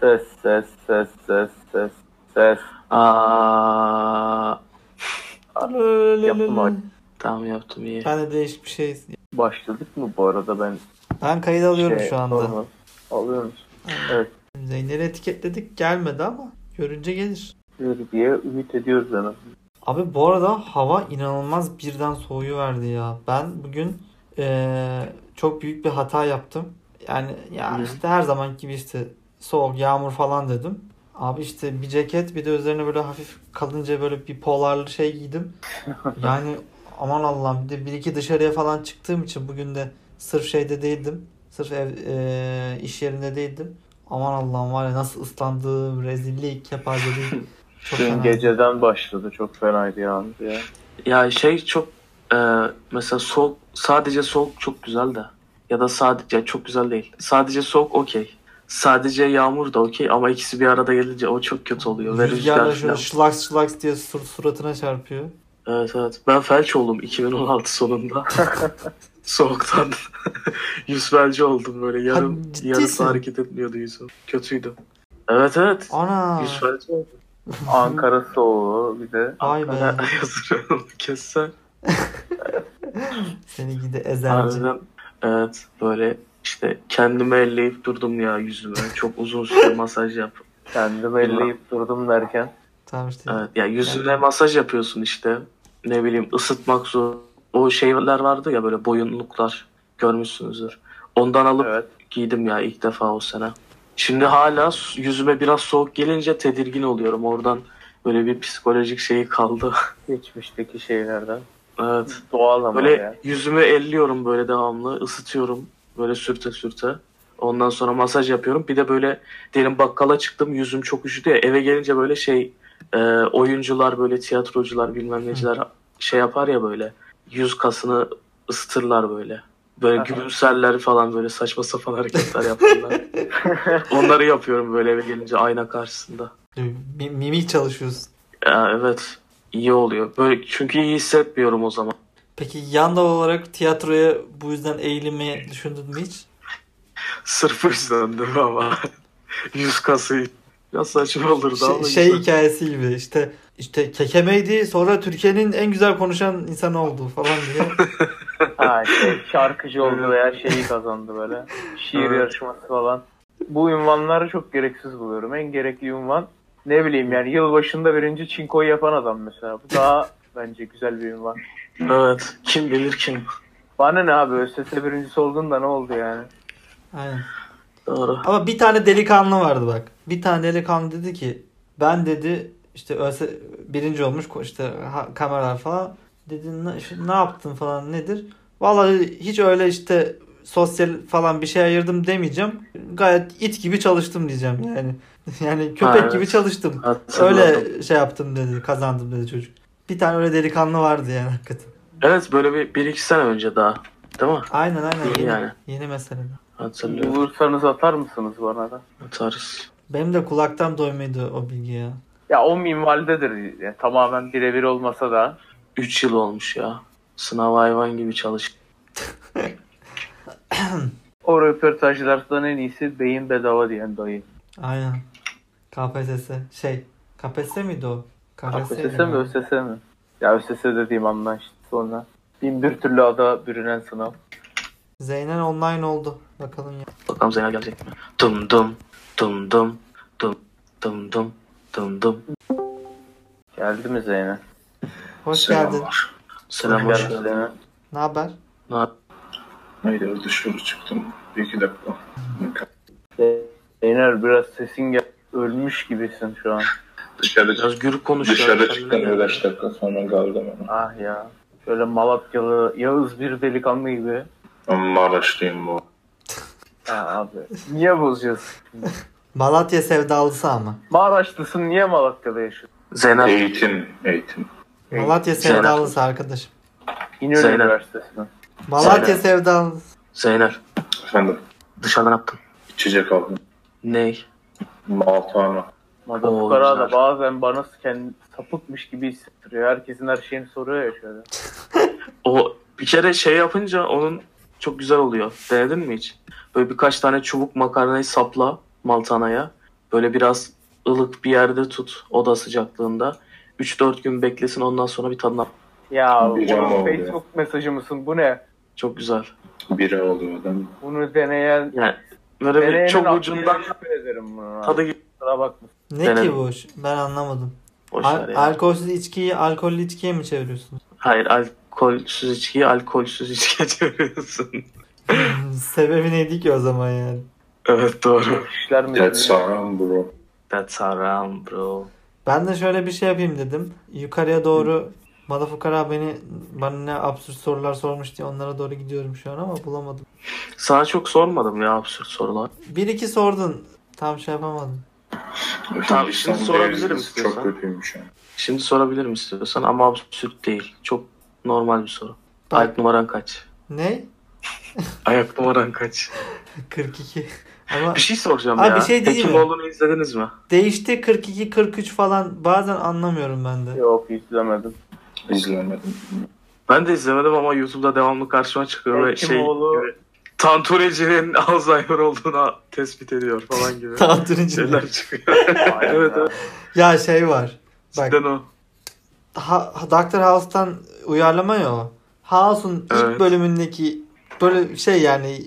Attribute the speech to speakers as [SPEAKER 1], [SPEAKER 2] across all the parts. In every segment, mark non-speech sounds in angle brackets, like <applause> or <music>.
[SPEAKER 1] Ses ses ses ses ses ses.
[SPEAKER 2] Aa.
[SPEAKER 1] Yaptım abi.
[SPEAKER 2] Tamam yaptım iyi.
[SPEAKER 3] Ben de değişik bir şey.
[SPEAKER 1] Başladık mı bu arada ben?
[SPEAKER 3] Ben kayıt alıyorum
[SPEAKER 1] şey,
[SPEAKER 3] şu anda.
[SPEAKER 1] sormadım. Alıyor musun? Evet.
[SPEAKER 3] Zeynep'i etiketledik gelmedi ama görünce gelir.
[SPEAKER 1] Diyor diye ümit ediyoruz hemen.
[SPEAKER 3] Abi bu arada hava inanılmaz birden soğuyuverdi ya. Ben bugün eee, çok büyük bir hata yaptım. Yani ya
[SPEAKER 2] Hı.
[SPEAKER 3] işte her zamanki gibi işte soğuk yağmur falan dedim. Abi işte bir ceket bir de üzerine böyle hafif kalınca böyle bir polarlı şey
[SPEAKER 2] <laughs>
[SPEAKER 3] giydim. Yani aman Allah'ım bir de bir iki dışarıya falan çıktığım için bugün de sırf şeyde değildim. Sırf ev, eee, iş yerinde değildim. Aman Allah'ım var ya nasıl ıslandım
[SPEAKER 2] <laughs>
[SPEAKER 3] rezillik kepazelik. Çok
[SPEAKER 1] Dün
[SPEAKER 3] fena.
[SPEAKER 1] geceden başladı. Çok fenaydı yalnız ya.
[SPEAKER 2] Ya şey çok e, mesela soğuk sadece soğuk çok güzel de ya da sadece ya çok güzel değil. Sadece soğuk okey. Sadece yağmur da okey ama ikisi bir arada gelince o çok kötü oluyor. Ve
[SPEAKER 3] Rüzgarla
[SPEAKER 2] rüzgar
[SPEAKER 3] şöyle
[SPEAKER 2] falan.
[SPEAKER 3] şılaks şılaks diye sur- suratına çarpıyor.
[SPEAKER 2] Evet evet. Ben felç oldum 2016
[SPEAKER 3] <laughs>
[SPEAKER 2] sonunda. Soğuktan. <laughs> Yüz felci oldum böyle. Yarım,
[SPEAKER 3] ciddisin.
[SPEAKER 2] yarısı hareket etmiyordu yüzüm. Kötüydü. Evet evet.
[SPEAKER 3] Ana.
[SPEAKER 2] Yüz felci oldum.
[SPEAKER 1] Ankara soğuğu bir de.
[SPEAKER 3] Vay be.
[SPEAKER 2] <laughs> Yazıyorum kessen.
[SPEAKER 3] Seni gidi ezerci.
[SPEAKER 2] Harbiden evet böyle işte kendimi elleyip durdum ya yüzüme. Çok uzun süre masaj yap.
[SPEAKER 1] Kendimi elleyip durdum derken.
[SPEAKER 3] Tamam işte.
[SPEAKER 2] Evet, ya yüzüne masaj yapıyorsun işte. Ne bileyim ısıtmak zor. O şeyler vardı ya böyle boyunluklar görmüşsünüzdür. Ondan alıp
[SPEAKER 1] Evet.
[SPEAKER 2] giydim ya ilk defa o sene. Şimdi hala su- yüzüme biraz soğuk gelince tedirgin oluyorum. Oradan böyle bir psikolojik şeyi kaldı. <laughs>
[SPEAKER 1] Geçmişteki şeylerden.
[SPEAKER 2] evet.
[SPEAKER 1] Doğal ama
[SPEAKER 2] Böyle
[SPEAKER 1] ya.
[SPEAKER 2] yüzümü elliyorum böyle devamlı. ısıtıyorum böyle sürte sürte. Ondan sonra masaj yapıyorum. Bir de böyle diyelim bakkala çıktım yüzüm çok üşüdü ya. Eve gelince böyle şey e, oyuncular böyle tiyatrocular bilmem neciler şey yapar ya böyle. Yüz kasını ısıtırlar böyle. Böyle
[SPEAKER 1] Aha.
[SPEAKER 2] gülümserler falan böyle saçma sapan hareketler yaparlar.
[SPEAKER 1] <laughs>
[SPEAKER 2] Onları yapıyorum böyle eve gelince ayna karşısında.
[SPEAKER 3] Mi- Mimik çalışıyorsun.
[SPEAKER 2] Ya, evet iyi oluyor. Böyle çünkü iyi hissetmiyorum o zaman.
[SPEAKER 3] Peki yan dal olarak tiyatroya bu yüzden eğilimi düşündün mü hiç?
[SPEAKER 2] Sırf üstlendim ama. <laughs> Yüz kası. Biraz saçma olurdu
[SPEAKER 3] Şey,
[SPEAKER 2] ama.
[SPEAKER 3] şey
[SPEAKER 2] güzel.
[SPEAKER 3] hikayesi gibi işte işte kekemeydi sonra Türkiye'nin en güzel konuşan insanı oldu falan <laughs> diye.
[SPEAKER 1] Ha, şey, şarkıcı oldu veya şeyi kazandı böyle. Şiir
[SPEAKER 2] Evet.
[SPEAKER 1] yarışması falan. Bu ünvanları çok gereksiz buluyorum. En gerekli ünvan ne bileyim yani yılbaşında birinci çinkoyu yapan adam mesela. Bu daha bence güzel bir ünvan.
[SPEAKER 2] Evet. Kim bilir kim.
[SPEAKER 1] Bana ne abi ÖSS birincisi oldun da ne oldu yani?
[SPEAKER 3] Aynen.
[SPEAKER 2] Doğru.
[SPEAKER 3] Ama bir tane delikanlı vardı bak. Bir tane delikanlı dedi ki ben dedi işte ölse birinci olmuş ko- işte ha- kameralar falan. Dedi "Ne- şu- ne yaptın falan nedir? Vallahi hiç öyle işte sosyal falan bir şey ayırdım demeyeceğim. Gayet it gibi çalıştım diyeceğim yani. <laughs> Yani köpek
[SPEAKER 2] Ha, evet.
[SPEAKER 3] gibi çalıştım.
[SPEAKER 2] Hatırladım.
[SPEAKER 3] Öyle şey yaptım dedi. Kazandım dedi çocuk. Bir tane öyle delikanlı vardı yani hakikaten.
[SPEAKER 2] Evet böyle bir, bir iki sene önce daha. Değil mi?
[SPEAKER 3] Aynen aynen
[SPEAKER 2] İyi
[SPEAKER 3] yeni,
[SPEAKER 2] yani.
[SPEAKER 3] yeni mesele.
[SPEAKER 2] Hatırlıyorum.
[SPEAKER 1] Bulursanız atar mısınız bana da?
[SPEAKER 2] Atarız.
[SPEAKER 3] Benim de kulaktan doymaydı o bilgi ya.
[SPEAKER 1] Ya o minvaldedir. Yani tamamen birebir olmasa da.
[SPEAKER 2] Üç yıl olmuş ya. Sınav hayvan gibi çalış.
[SPEAKER 1] O röportajlardan en iyisi beyin bedava diyen dayı.
[SPEAKER 3] Aynen. KPSS. Şey. KPSS miydi o?
[SPEAKER 1] KPSS
[SPEAKER 3] miydi?
[SPEAKER 1] mi ÖSS mi? Ya ÖSS dediğim anla işte sonra. Bin bir türlü ada bürünen sınav.
[SPEAKER 3] Zeynen online oldu. Bakalım ya.
[SPEAKER 2] Bakalım Zeynel gelecek mi? Dum dum. Dum dum. Dum dum dum. Dum dum.
[SPEAKER 1] Geldi mi Zeynep?
[SPEAKER 3] Hoş geldin.
[SPEAKER 4] Selamlar.
[SPEAKER 2] Selam hoş
[SPEAKER 1] Geldi
[SPEAKER 2] geldin.
[SPEAKER 1] Zeynep.
[SPEAKER 3] Ne haber?
[SPEAKER 2] Ne yap-
[SPEAKER 4] Haydi dışarı çıktım. Bir iki dakika.
[SPEAKER 1] Zeynep biraz sesin gel ölmüş gibisin şu an.
[SPEAKER 4] Dışarı,
[SPEAKER 2] Biraz gür konuş. ya,
[SPEAKER 4] dışarı
[SPEAKER 2] kendine
[SPEAKER 4] çıktım.
[SPEAKER 2] gel.
[SPEAKER 4] Bir beş dakika sonra geldim.
[SPEAKER 1] Ah ya. Şöyle Malatyalı Yağız bir delikanlı gibi.
[SPEAKER 4] Ben Maraşlıyım bu.
[SPEAKER 1] Ha abi. Niye bozuyorsun?
[SPEAKER 3] Malatya sevdalısı ama.
[SPEAKER 1] Maraşlısın niye Malatya'da yaşıyorsun?
[SPEAKER 2] Zeynel.
[SPEAKER 4] Eğitim, eğitim.
[SPEAKER 3] Malatya
[SPEAKER 2] Zeynep.
[SPEAKER 3] sevdalısı arkadaşım.
[SPEAKER 1] İnönü
[SPEAKER 2] Zeynep.
[SPEAKER 1] Üniversitesi'nden.
[SPEAKER 3] Malatya
[SPEAKER 2] Zeynep.
[SPEAKER 3] sevdalısı.
[SPEAKER 2] Zeynel.
[SPEAKER 4] Efendim,
[SPEAKER 2] Dışarıdan yaptın.
[SPEAKER 4] içecek aldım.
[SPEAKER 2] Ney?
[SPEAKER 4] Maltana.
[SPEAKER 1] Madagaskara da
[SPEAKER 2] güzel.
[SPEAKER 1] bazen bana kendi sapıkmış gibi hissettiriyor. Herkesin her şeyini soruyor ya şöyle.
[SPEAKER 2] O bir kere şey yapınca onun çok güzel oluyor. Denedin mi hiç? Böyle birkaç tane çubuk makarnayı sapla maltanaya. Böyle biraz ılık bir yerde tut oda sıcaklığında. 3-4 gün beklesin ondan sonra bir tadına.
[SPEAKER 1] Ya
[SPEAKER 4] Bir cam
[SPEAKER 1] oğlum
[SPEAKER 4] oldu ya.
[SPEAKER 1] Facebook mesajı mısın bu ne?
[SPEAKER 2] Çok güzel.
[SPEAKER 4] Bira oluyor adam.
[SPEAKER 1] Bunu deneyen
[SPEAKER 2] Yani böyle bir
[SPEAKER 1] deneyenin
[SPEAKER 2] çok
[SPEAKER 1] aklıyla
[SPEAKER 2] ucundan
[SPEAKER 1] şüphe ederim bunu. abi.
[SPEAKER 2] tadı gibi.
[SPEAKER 1] Kusura bakma.
[SPEAKER 3] Ne
[SPEAKER 2] Denedim.
[SPEAKER 3] ki bu? iş? Ben anlamadım.
[SPEAKER 2] Boş
[SPEAKER 3] Al-
[SPEAKER 2] ver yani.
[SPEAKER 3] alkolsüz içkiyi alkollü içkiye mi çeviriyorsunuz?
[SPEAKER 2] Hayır alkolsüz içkiyi alkolsüz içkiye <laughs> çeviriyorsun.
[SPEAKER 3] <laughs> Sebebi neydi ki o zaman yani?
[SPEAKER 2] evet doğru.
[SPEAKER 1] İşler mi?
[SPEAKER 4] That's around bro.
[SPEAKER 2] That's haram bro.
[SPEAKER 3] Ben de şöyle bir şey yapayım dedim. Yukarıya doğru Madafukara beni bana ne absürt sorular sormuş diye onlara doğru gidiyorum şu an ama bulamadım.
[SPEAKER 2] Sana çok sormadım ya absürt sorular.
[SPEAKER 3] Bir iki sordun. Tam şey yapamadım.
[SPEAKER 2] Tamam, şimdi
[SPEAKER 4] İnsan
[SPEAKER 2] sorabilirim
[SPEAKER 4] değeriniz
[SPEAKER 2] istiyorsan.
[SPEAKER 4] Çok kötüymüş yani.
[SPEAKER 2] Şimdi sorabilirim istiyorsan ama absürt değil. Çok normal bir soru.
[SPEAKER 3] Bak-
[SPEAKER 2] Ayak numaran kaç?
[SPEAKER 3] Ne?
[SPEAKER 2] Ayak numaran kaç?
[SPEAKER 3] 42. <laughs> Ama
[SPEAKER 2] Bir şey soracağım
[SPEAKER 3] Abi
[SPEAKER 2] ya.
[SPEAKER 3] bir şey değil mi?
[SPEAKER 2] Hekimoğlu'nu izlediniz mi?
[SPEAKER 3] değişti 42 43 falan. Bazen anlamıyorum ben de.
[SPEAKER 1] Yok izlemedim.
[SPEAKER 4] İzlemedim.
[SPEAKER 2] Ben de izlemedim ama YouTube'da devamlı karşıma çıkıyor ve şey
[SPEAKER 1] Hekimoğlu-
[SPEAKER 2] gibi, Tantureci'nin <laughs> Alzheimer olduğuna tespit ediyor falan
[SPEAKER 3] <laughs>
[SPEAKER 2] gibi.
[SPEAKER 3] Tantun'un içinde.
[SPEAKER 2] şeyler
[SPEAKER 3] <laughs>
[SPEAKER 2] çıkıyor.
[SPEAKER 1] Aynen
[SPEAKER 2] evet
[SPEAKER 1] abi.
[SPEAKER 2] evet.
[SPEAKER 3] Ya şey var. Bak.
[SPEAKER 2] Cidden o.
[SPEAKER 3] Ha, Doctor House'tan uyarlama ya o. House'un ilk
[SPEAKER 2] Evet.
[SPEAKER 3] bölümündeki böyle şey yani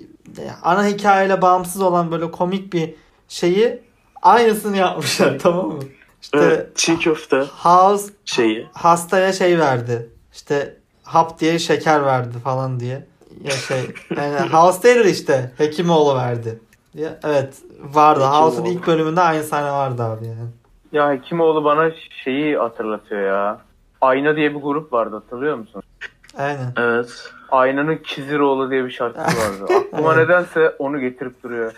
[SPEAKER 3] ana hikayeyle bağımsız olan böyle komik bir şeyi aynısını yapmışlar <laughs> tamam mı? İşte
[SPEAKER 2] Evet, çiğ köfte
[SPEAKER 3] House
[SPEAKER 2] şeyi.
[SPEAKER 3] hastaya şey verdi. İşte hap diye şeker verdi falan diye.
[SPEAKER 2] <laughs>
[SPEAKER 3] Ya şey yani House değil işte Hekimoğlu verdi. Ya, evet vardı.
[SPEAKER 2] Hekimoğlu.
[SPEAKER 3] House'un ilk bölümünde aynı sahne vardı abi yani.
[SPEAKER 1] Ya Hekimoğlu bana şeyi hatırlatıyor ya. Ayna diye bir grup vardı hatırlıyor musun?
[SPEAKER 3] Aynen.
[SPEAKER 2] Evet.
[SPEAKER 1] Aynanın Kiziroğlu diye bir
[SPEAKER 2] Ah.
[SPEAKER 1] şarkısı vardı. Aklıma
[SPEAKER 3] Evet.
[SPEAKER 1] nedense onu getirip duruyor.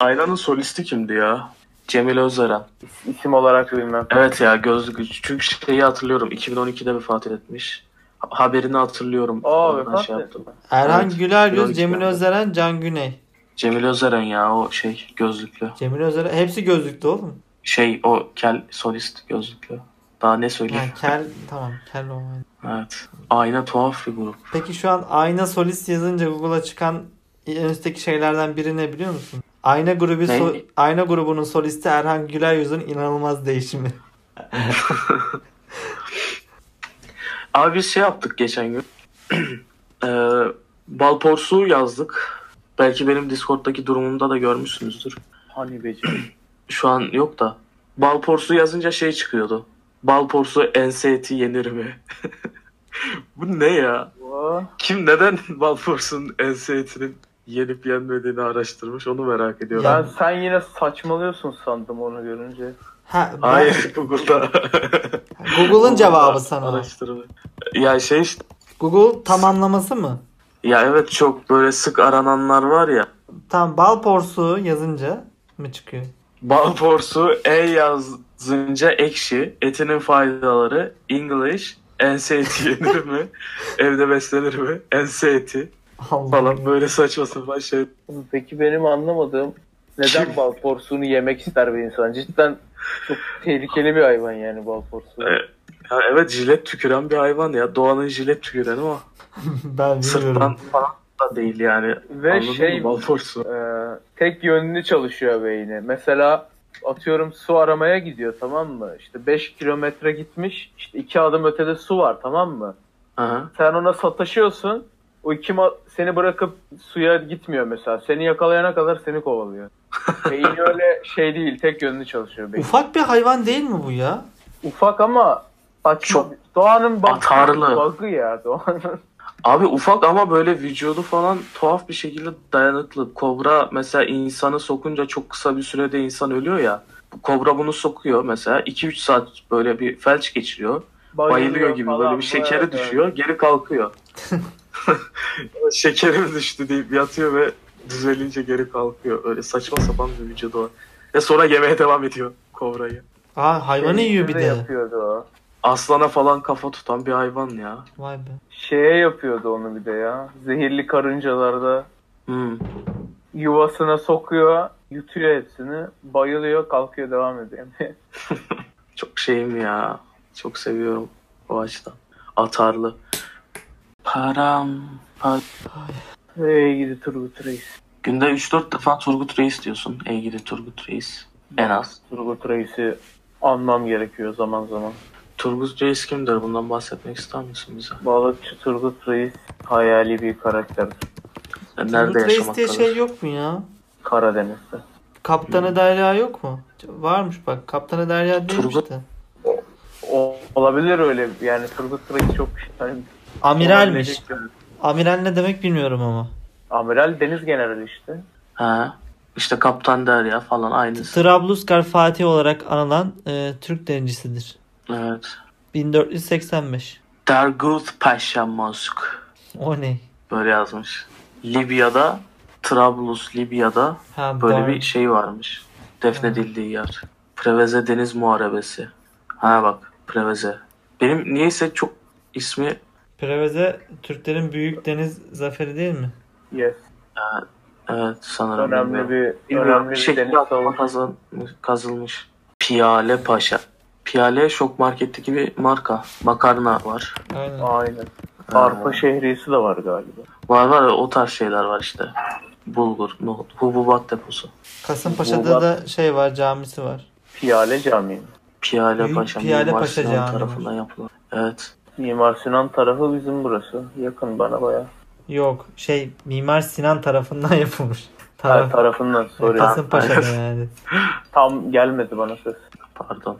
[SPEAKER 2] Aynanın solisti kimdi ya? Cemil Özeren.
[SPEAKER 1] İs- İsim olarak bilmem.
[SPEAKER 2] Evet ya gözlü güç. Çünkü şeyi hatırlıyorum. 2012'de vefat etmiş. Ha- Haberini hatırlıyorum.
[SPEAKER 1] Aa
[SPEAKER 2] Ondan
[SPEAKER 1] vefat
[SPEAKER 2] şey
[SPEAKER 1] etti.
[SPEAKER 2] yaptım.
[SPEAKER 3] Erhan
[SPEAKER 2] Evet,
[SPEAKER 3] Gülergöz,
[SPEAKER 2] 2012
[SPEAKER 3] Cemil
[SPEAKER 2] yani.
[SPEAKER 3] Özeren, Can Güney.
[SPEAKER 2] Cemil Özeren ya o şey gözlüklü.
[SPEAKER 3] Cemil Özer hepsi gözlüktü oğlum.
[SPEAKER 2] Şey o kel solist gözlüklü. Daha ne söyleyeyim?
[SPEAKER 3] Yani kel tamam kel olmayı.
[SPEAKER 2] Evet. Ayna tuhaf bir grup.
[SPEAKER 3] Peki şu an ayna solist yazınca Google'a çıkan en üstteki şeylerden biri ne biliyor musun? Ayna grubu
[SPEAKER 2] Ne?
[SPEAKER 3] so- ayna grubunun solisti Erhan Güleryüz'ün inanılmaz değişimi. <laughs>
[SPEAKER 2] Abi biz şey yaptık geçen gün. <clears throat> ee, Balporsu yazdık. Belki benim Discord'daki durumumda da görmüşsünüzdür.
[SPEAKER 1] Hani beci.
[SPEAKER 2] Şu an yok da. Balporsu yazınca şey çıkıyordu. Balporsu enseti yenir mi? <laughs> Bu ne ya?
[SPEAKER 1] Bu-
[SPEAKER 2] Kim neden <laughs> Balporsu'nun ensetinin yenip yenmediğini araştırmış onu merak ediyorum.
[SPEAKER 1] Ben sen yine saçmalıyorsun sandım onu görünce.
[SPEAKER 3] Ha, ben-
[SPEAKER 2] Hayır Google'da. <laughs>
[SPEAKER 3] Google'ın cevabı sana.
[SPEAKER 2] Araştırma. Ya şey işte-
[SPEAKER 3] Google tamamlaması mı?
[SPEAKER 2] Ya evet çok böyle sık arananlar var ya.
[SPEAKER 3] Tam bal porsuğu yazınca mı çıkıyor?
[SPEAKER 2] Bal porsu E yazınca ekşi, etinin faydaları, English, ense eti yenir
[SPEAKER 3] <laughs>
[SPEAKER 2] mi? Evde beslenir mi? Ense eti
[SPEAKER 3] Allah
[SPEAKER 2] falan
[SPEAKER 3] Allah.
[SPEAKER 2] böyle saçma sapan şey.
[SPEAKER 1] Peki benim anlamadığım neden
[SPEAKER 2] <laughs> Kim?
[SPEAKER 1] bal porsuğunu yemek ister bir insan? Cidden çok tehlikeli bir hayvan yani bal porsuğu.
[SPEAKER 2] Evet. Ya evet jilet tüküren bir hayvan ya. Doğanın jilet tüküreni ama
[SPEAKER 3] <laughs> ben
[SPEAKER 2] sırttan
[SPEAKER 3] bilmiyorum.
[SPEAKER 2] falan da değil yani.
[SPEAKER 1] Ve
[SPEAKER 2] Anladın
[SPEAKER 1] şey
[SPEAKER 2] mı? Bal porsu.
[SPEAKER 1] e, tek yönlü çalışıyor beyni. Mesela atıyorum su aramaya gidiyor tamam mı? İşte 5 kilometre gitmiş. işte 2 adım ötede su var tamam mı?
[SPEAKER 2] Aha.
[SPEAKER 1] Sen ona sataşıyorsun. O iki ma- seni bırakıp suya gitmiyor mesela. Seni yakalayana kadar seni
[SPEAKER 2] <laughs>
[SPEAKER 1] kovalıyor. Beyni öyle şey değil. Tek yönlü çalışıyor beyin.
[SPEAKER 3] Ufak bir hayvan değil mi bu ya?
[SPEAKER 1] Ufak ama saçma.
[SPEAKER 2] Çok
[SPEAKER 1] Doğanın bug-
[SPEAKER 2] atarlı.
[SPEAKER 1] bug'ı ya. Doğanın. <laughs>
[SPEAKER 2] Abi ufak ama böyle vücudu falan tuhaf bir şekilde dayanıklı. Kobra mesela insanı sokunca çok kısa bir sürede insan ölüyor ya. Bu Kobra bunu sokuyor mesela 2-3 saat böyle bir felç geçiriyor. Bayılıyor gibi
[SPEAKER 1] falan.
[SPEAKER 2] böyle bir şekeri
[SPEAKER 1] Evet, evet.
[SPEAKER 2] düşüyor geri <laughs> kalkıyor. Şekerim düştü deyip yatıyor ve düzelince geri kalkıyor. Öyle saçma sapan bir vücudu var. Ve sonra yemeye devam ediyor kobrayı.
[SPEAKER 3] Aa hayvanı
[SPEAKER 2] Şey,
[SPEAKER 3] yiyor bir
[SPEAKER 1] Şeyde
[SPEAKER 3] de.
[SPEAKER 1] Yapıyordu o. Aslana
[SPEAKER 2] Aslana falan kafa tutan bir hayvan ya.
[SPEAKER 3] Vay be.
[SPEAKER 1] Şeye yapıyordu onu bir de ya. Zehirli karıncalarda
[SPEAKER 2] Hmm.
[SPEAKER 1] yuvasına sokuyor, yutuyor hepsini, bayılıyor, kalkıyor devam ediyor. <laughs>
[SPEAKER 2] Çok şeyim ya. Çok seviyorum o açıdan. Atarlı. Param. pa-
[SPEAKER 1] Hey gidi Turgut Reis.
[SPEAKER 2] Günde 3-4 defa Turgut Reis diyorsun. Ey gidi Turgut Reis. En az.
[SPEAKER 1] Turgut Reis'i anmam gerekiyor zaman zaman.
[SPEAKER 2] Turgut Reis kimdir? Bundan bahsetmek ister misin bize?
[SPEAKER 1] Balıkçı Turgut Reis hayali bir karakterdir.
[SPEAKER 2] Yani nerede
[SPEAKER 3] Turgut Reis
[SPEAKER 2] yaşamak
[SPEAKER 3] diye
[SPEAKER 2] kalır?
[SPEAKER 3] şey yok mu ya?
[SPEAKER 1] Karadeniz'de.
[SPEAKER 3] Kaptanı Derya yok mu? Varmış bak. Kaptanı Derya değil
[SPEAKER 2] Hmm. Turgut-
[SPEAKER 3] işte.
[SPEAKER 1] O, olabilir öyle. Yani Turgut Reis çok yani,
[SPEAKER 3] Amiralmiş.
[SPEAKER 1] olabilecek bir-
[SPEAKER 3] Amiral ne demek bilmiyorum ama.
[SPEAKER 1] Amiral Deniz Generali işte.
[SPEAKER 2] Ha. İşte Kaptan Derya falan aynısı.
[SPEAKER 3] Trabluskar Fatih olarak anılan e, Türk denizcisidir.
[SPEAKER 2] Evet.
[SPEAKER 3] 1485.
[SPEAKER 2] Dergut Paşa Mosk.
[SPEAKER 3] O ne?
[SPEAKER 2] Böyle yazmış. Libya'da, Trablus Libya'da
[SPEAKER 3] Ha,
[SPEAKER 2] böyle
[SPEAKER 3] dar-
[SPEAKER 2] bir şey varmış. Defnedildiği yer. Preveze Deniz Muharebesi. Ha bak Preveze. Benim niyeyse çok ismi
[SPEAKER 3] Preveze Türklerin büyük deniz zaferi değil mi?
[SPEAKER 1] Yes.
[SPEAKER 2] evet sanırım.
[SPEAKER 1] Önemli
[SPEAKER 2] bilmiyorum.
[SPEAKER 1] bir,
[SPEAKER 2] Bilmiyorum,
[SPEAKER 1] önemli
[SPEAKER 2] bir
[SPEAKER 1] bir
[SPEAKER 2] şekilde
[SPEAKER 1] deniz
[SPEAKER 2] aklıma
[SPEAKER 1] savaşı.
[SPEAKER 2] kazan, kazılmış. Piyale Paşa. Piyale şok marketteki bir marka. Makarna var.
[SPEAKER 3] Aynen.
[SPEAKER 1] Aynen. Arpa şehriyesi de var galiba.
[SPEAKER 2] Var var o tarz şeyler var işte. Bulgur, nohut, hububat deposu.
[SPEAKER 3] Kasımpaşa'da da şey var, camisi var.
[SPEAKER 1] Piyale Camii.
[SPEAKER 2] Piyale
[SPEAKER 3] Büyük
[SPEAKER 2] Paşa.
[SPEAKER 3] Piyale
[SPEAKER 2] Mimar
[SPEAKER 3] Paşa
[SPEAKER 2] Sinan
[SPEAKER 3] Camii var.
[SPEAKER 2] tarafından yapılan. Evet.
[SPEAKER 1] Mimar Sinan tarafı bizim burası. Yakın bana baya.
[SPEAKER 3] Yok, şey Mimar Sinan tarafından <laughs> yapılmış.
[SPEAKER 1] Her
[SPEAKER 3] Taraf.
[SPEAKER 1] tarafından soruyor.
[SPEAKER 3] Kasımpaşa'da yani.
[SPEAKER 1] Tam gelmedi bana ses.
[SPEAKER 2] Pardon.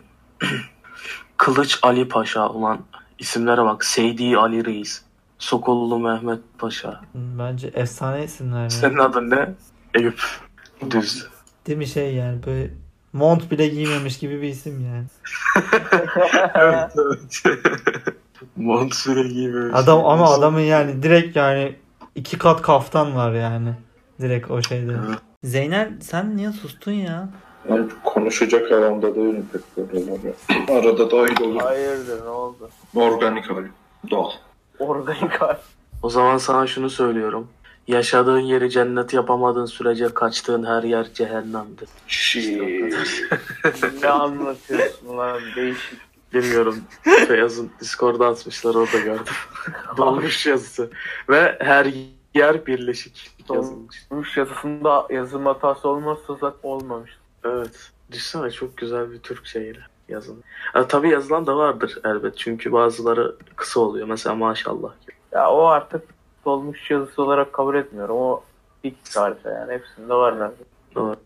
[SPEAKER 2] <clears throat> Kılıç Ali Paşa olan isimlere bak. Seydi Ali Reis. Sokollu Mehmet Paşa.
[SPEAKER 3] Bence efsane isimler. ya.
[SPEAKER 2] Senin adın ne? Eyüp. Düz.
[SPEAKER 3] Değil mi şey yani böyle mont bile giymemiş gibi bir isim yani.
[SPEAKER 2] evet evet. Monture gibi.
[SPEAKER 3] Adam ama adamın yani direkt yani iki kat kaftan var yani. Direkt o şeyde.
[SPEAKER 2] Evet.
[SPEAKER 3] Zeynel sen niye sustun ya?
[SPEAKER 4] Yani konuşacak alanda değilim pek böyle. <clears throat> yani. Arada dahil olur.
[SPEAKER 1] Hayırdır ne oldu?
[SPEAKER 4] Organik abi. Doğal.
[SPEAKER 1] Organik hal. <laughs>
[SPEAKER 2] O zaman sana şunu söylüyorum. Yaşadığın yeri cennet yapamadığın sürece kaçtığın her yer cehennemdir.
[SPEAKER 4] Şiii.
[SPEAKER 1] ne anlatıyorsun lan değişik.
[SPEAKER 3] <laughs>
[SPEAKER 2] Bilmiyorum. Beyaz'ın Discord'a atmışlar orada gördüm. Dolmuş yazısı. Ve her yer birleşik yazılmış.
[SPEAKER 1] Üç yazısında yazım hatası olmazsa zaten olmamış.
[SPEAKER 2] Evet. Düşünsene çok güzel bir Türk şehri yazın. Ha, tabii yazılan da vardır elbet. Çünkü bazıları kısa oluyor. Mesela maşallah. gibi.
[SPEAKER 1] Ya o artık dolmuş yazısı olarak kabul etmiyorum. O ilk tarife yani hepsinde var neredeyse.
[SPEAKER 2] Doğru.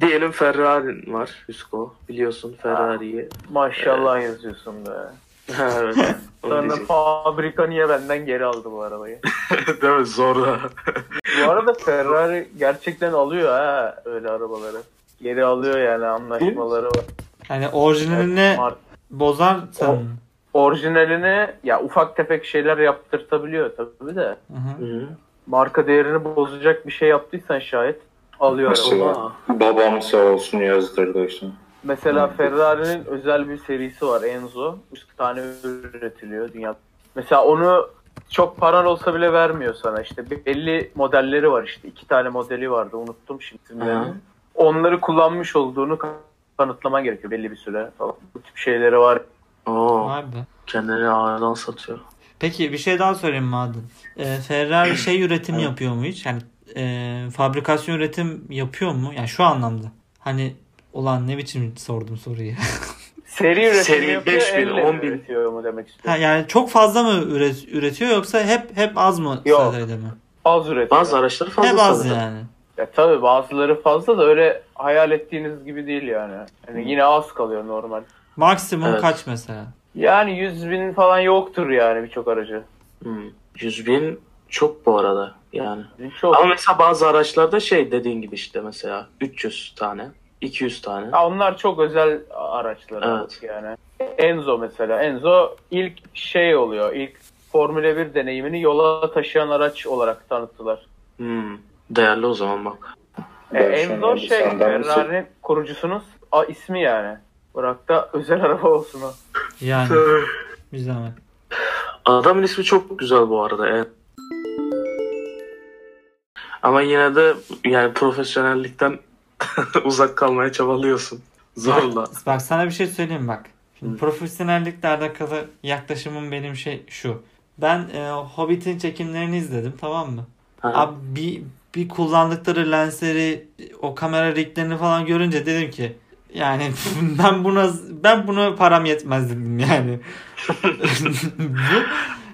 [SPEAKER 2] Diyelim Ferrari'nin var Hüsko. Biliyorsun Ferrari'yi.
[SPEAKER 1] Maşallah yazıyorsun be.
[SPEAKER 2] evet. <laughs> Onu
[SPEAKER 1] Sonra
[SPEAKER 2] diyecektim.
[SPEAKER 1] fabrika niye benden geri aldı bu arabayı?
[SPEAKER 2] Değil mi? Zor ha.
[SPEAKER 1] bu arada Ferrari gerçekten alıyor ha öyle arabaları. Geri alıyor yani anlaşmaları var.
[SPEAKER 3] Yani orijinalini
[SPEAKER 1] Mar-
[SPEAKER 3] bozar sanırım.
[SPEAKER 1] Orijinalini ya ufak tefek şeyler yaptırtabiliyor tabii de.
[SPEAKER 3] Hı hı.
[SPEAKER 2] Hı.
[SPEAKER 1] Marka değerini bozacak bir şey yaptıysan şayet alıyor.
[SPEAKER 4] Nasıl?
[SPEAKER 1] arabayı.
[SPEAKER 2] Aa,
[SPEAKER 4] Babam sağ olsun yazdırdı işte.
[SPEAKER 1] Mesela Ferrari'nin özel bir serisi var Enzo. Üç tane üretiliyor dünya. Mesela onu çok paran olsa bile vermiyor sana işte. Belli modelleri var işte. İki tane modeli vardı unuttum şimdi. isimlerini.
[SPEAKER 2] Aha.
[SPEAKER 1] Onları kullanmış olduğunu kanıtlama gerekiyor belli bir süre falan. Bu tip şeyleri var.
[SPEAKER 2] Oo,
[SPEAKER 3] Vay be.
[SPEAKER 2] kendini ağırdan satıyor.
[SPEAKER 3] Peki bir şey daha sorayım madem. Ee,
[SPEAKER 2] <clears throat>
[SPEAKER 3] Ferrari şey üretim yapıyor mu hiç? Yani e, fabrikasyon üretim yapıyor mu? Yani şu anlamda. Hani ulan ne biçim sordum soruyu. <laughs>
[SPEAKER 1] Seri
[SPEAKER 2] Seri
[SPEAKER 1] üretimi yapıyor,
[SPEAKER 2] beş bin,
[SPEAKER 1] elle
[SPEAKER 2] on bin.
[SPEAKER 1] üretiyor mu demek
[SPEAKER 3] ha,
[SPEAKER 1] istiyorum.
[SPEAKER 3] yani çok fazla mı üret- üretiyor yoksa hep hep az mı
[SPEAKER 1] Yok.
[SPEAKER 3] sayıda mı?
[SPEAKER 1] Az üretiyor.
[SPEAKER 2] Bazı araçları fazla
[SPEAKER 3] Hep az
[SPEAKER 2] sanırım.
[SPEAKER 3] yani.
[SPEAKER 1] Ya tabii bazıları fazla da öyle hayal ettiğiniz gibi değil yani. Yani yine az kalıyor normal.
[SPEAKER 3] Maksimum
[SPEAKER 2] Evet.
[SPEAKER 3] kaç mesela?
[SPEAKER 1] Yani 100 bin falan yoktur yani birçok aracı.
[SPEAKER 2] Hmm. 100 bin çok bu arada yani.
[SPEAKER 1] Çok.
[SPEAKER 2] Ama mesela bazı araçlarda şey dediğin gibi işte mesela 300 tane, 200 tane.
[SPEAKER 1] Ya onlar çok özel araçlar
[SPEAKER 2] Evet.
[SPEAKER 1] yani. Enzo mesela. Enzo ilk şey oluyor. İlk Formula 1 deneyimini yola taşıyan araç olarak tanıttılar.
[SPEAKER 2] Hmm. Değerli o zaman bak.
[SPEAKER 4] Eh,
[SPEAKER 1] E, Enzo şey Ferrari'nin kurucusunun a, ismi yani. Bırak da <laughs> özel araba olsun o.
[SPEAKER 3] Yani bir zahmet.
[SPEAKER 2] Adamın ismi çok güzel bu arada. evet. Ama yine de yani profesyonellikten <laughs> uzak kalmaya çabalıyorsun. Zorla.
[SPEAKER 3] Bak sana bir şey söyleyeyim bak. Şimdi profesyonellikle alakalı yaklaşımım benim şey şu. Ben e, Hobbit'in çekimlerini izledim tamam mı?
[SPEAKER 2] Ha.
[SPEAKER 3] Abi bir, bir kullandıkları lensleri o kamera riglerini falan görünce dedim ki yani <laughs> ben buna ben buna param yetmez dedim yani.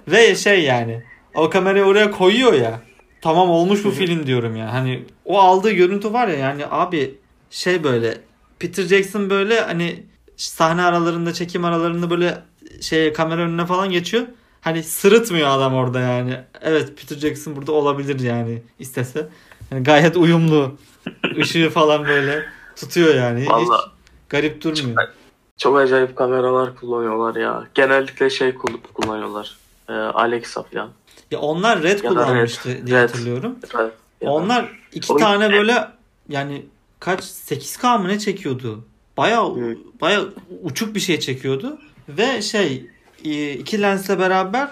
[SPEAKER 3] Ve şey yani o kamerayı oraya koyuyor ya. Tamam olmuş bu film diyorum ya. Hani o aldığı görüntü var ya yani abi şey böyle Peter Jackson böyle hani sahne aralarında çekim aralarında böyle şey kamera önüne falan geçiyor. Hani sırıtmıyor adam orada yani. Evet Peter Jackson burada olabilir yani istese. Yani
[SPEAKER 2] <laughs>
[SPEAKER 3] gayet uyumlu. Işığı falan böyle tutuyor yani. Hiç
[SPEAKER 2] Vallahi.
[SPEAKER 3] garip durmuyor.
[SPEAKER 2] Çok acayip kameralar kullanıyorlar ya. Genellikle şey kul- kullanıyorlar. Ee, Alexa falan.
[SPEAKER 3] Ya onlar red
[SPEAKER 2] da
[SPEAKER 3] kullanmıştı
[SPEAKER 2] Red,
[SPEAKER 3] diye
[SPEAKER 2] Red.
[SPEAKER 3] hatırlıyorum.
[SPEAKER 2] Ya da-
[SPEAKER 3] Onlar iki
[SPEAKER 2] O-
[SPEAKER 3] tane böyle yani kaç 8K mı ne çekiyordu? Baya
[SPEAKER 2] Evet.
[SPEAKER 3] baya uçuk bir şey çekiyordu ve şey e, iki lensle beraber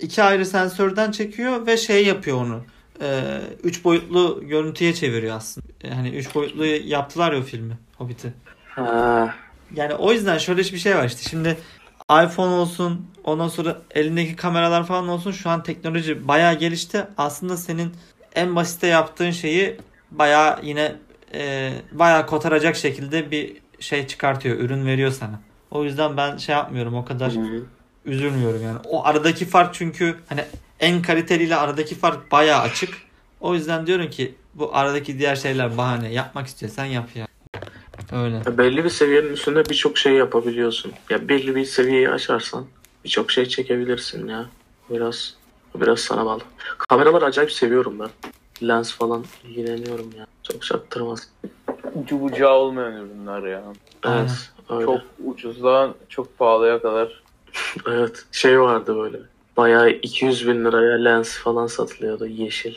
[SPEAKER 3] iki ayrı sensörden çekiyor ve şey yapıyor onu. E, üç boyutlu görüntüye çeviriyor aslında. Yani üç boyutlu yaptılar ya o filmi Hobbit'i.
[SPEAKER 2] Ha,
[SPEAKER 3] Yani o yüzden şöyle bir şey var işte. Şimdi iPhone olsun, ondan sonra elindeki kameralar falan olsun. Şu an teknoloji bayağı gelişti. Aslında senin en basite yaptığın şeyi bayağı yine e, bayağı kotaracak şekilde bir şey çıkartıyor, ürün veriyor sana. O yüzden ben şey yapmıyorum o kadar
[SPEAKER 2] hı.
[SPEAKER 3] üzülmüyorum yani. O aradaki fark çünkü hani en kaliteliyle aradaki fark bayağı açık. O yüzden diyorum ki bu aradaki diğer şeyler bahane. Yapmak istiyorsan yap ya. Öyle.
[SPEAKER 2] Ya belli bir seviyenin üstünde birçok şey yapabiliyorsun. Ya belli bir seviyeyi aşarsan birçok şey çekebilirsin ya. Biraz biraz sana bağlı. Kameralar acayip seviyorum ben. Lens falan ilgileniyorum ya. Çok çaktırmaz.
[SPEAKER 1] Ucu bucağı olmayan ürünler ya.
[SPEAKER 3] Aynen.
[SPEAKER 2] Evet. Öyle.
[SPEAKER 1] Çok ucuzdan çok pahalıya kadar.
[SPEAKER 2] Evet. Şey vardı böyle. Bayağı 200 bin liraya lens falan satılıyordu yeşil.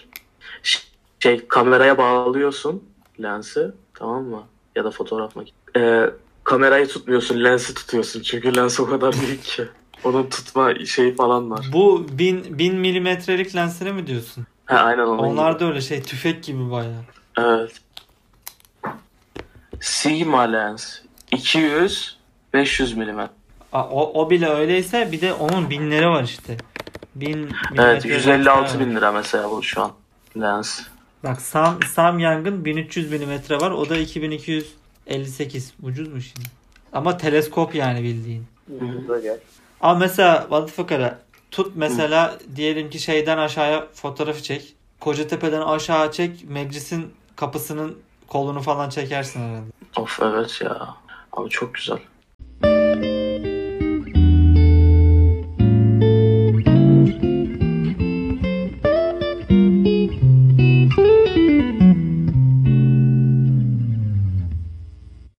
[SPEAKER 2] Ş- Şey kameraya bağlıyorsun lensi tamam mı? Ya da fotoğraf makinesi. Ee, kamerayı tutmuyorsun lensi tutuyorsun. Çünkü lens o kadar büyük ki. Onun tutma şeyi falan var.
[SPEAKER 3] Bu 1000 1000 milimetrelik lenslere mi diyorsun?
[SPEAKER 2] Ha, aynen onun
[SPEAKER 3] Onlar
[SPEAKER 2] gibi.
[SPEAKER 3] da öyle şey tüfek gibi bayağı.
[SPEAKER 2] Evet. Sigma lens. 200 500 mm.
[SPEAKER 3] Aa, o, o bile öyleyse bir de onun binleri var işte. 1000
[SPEAKER 2] Evet
[SPEAKER 3] milimetre lensler
[SPEAKER 2] 156
[SPEAKER 3] var.
[SPEAKER 2] bin lira mesela bu şu an lens.
[SPEAKER 3] Bak Sam, Samyang'ın 1300 milimetre var. O da 2258. Ucuzmuş şimdi. Ama teleskop yani bildiğin.
[SPEAKER 1] Ucuza gel.
[SPEAKER 3] Ama mesela Motherfucker'a tut mesela diyelim ki şeyden aşağıya fotoğrafı çek. Kocatepe'den aşağı çek. Meclisin kapısının kolunu falan çekersin herhalde.
[SPEAKER 2] Of evet ya. Abi çok güzel.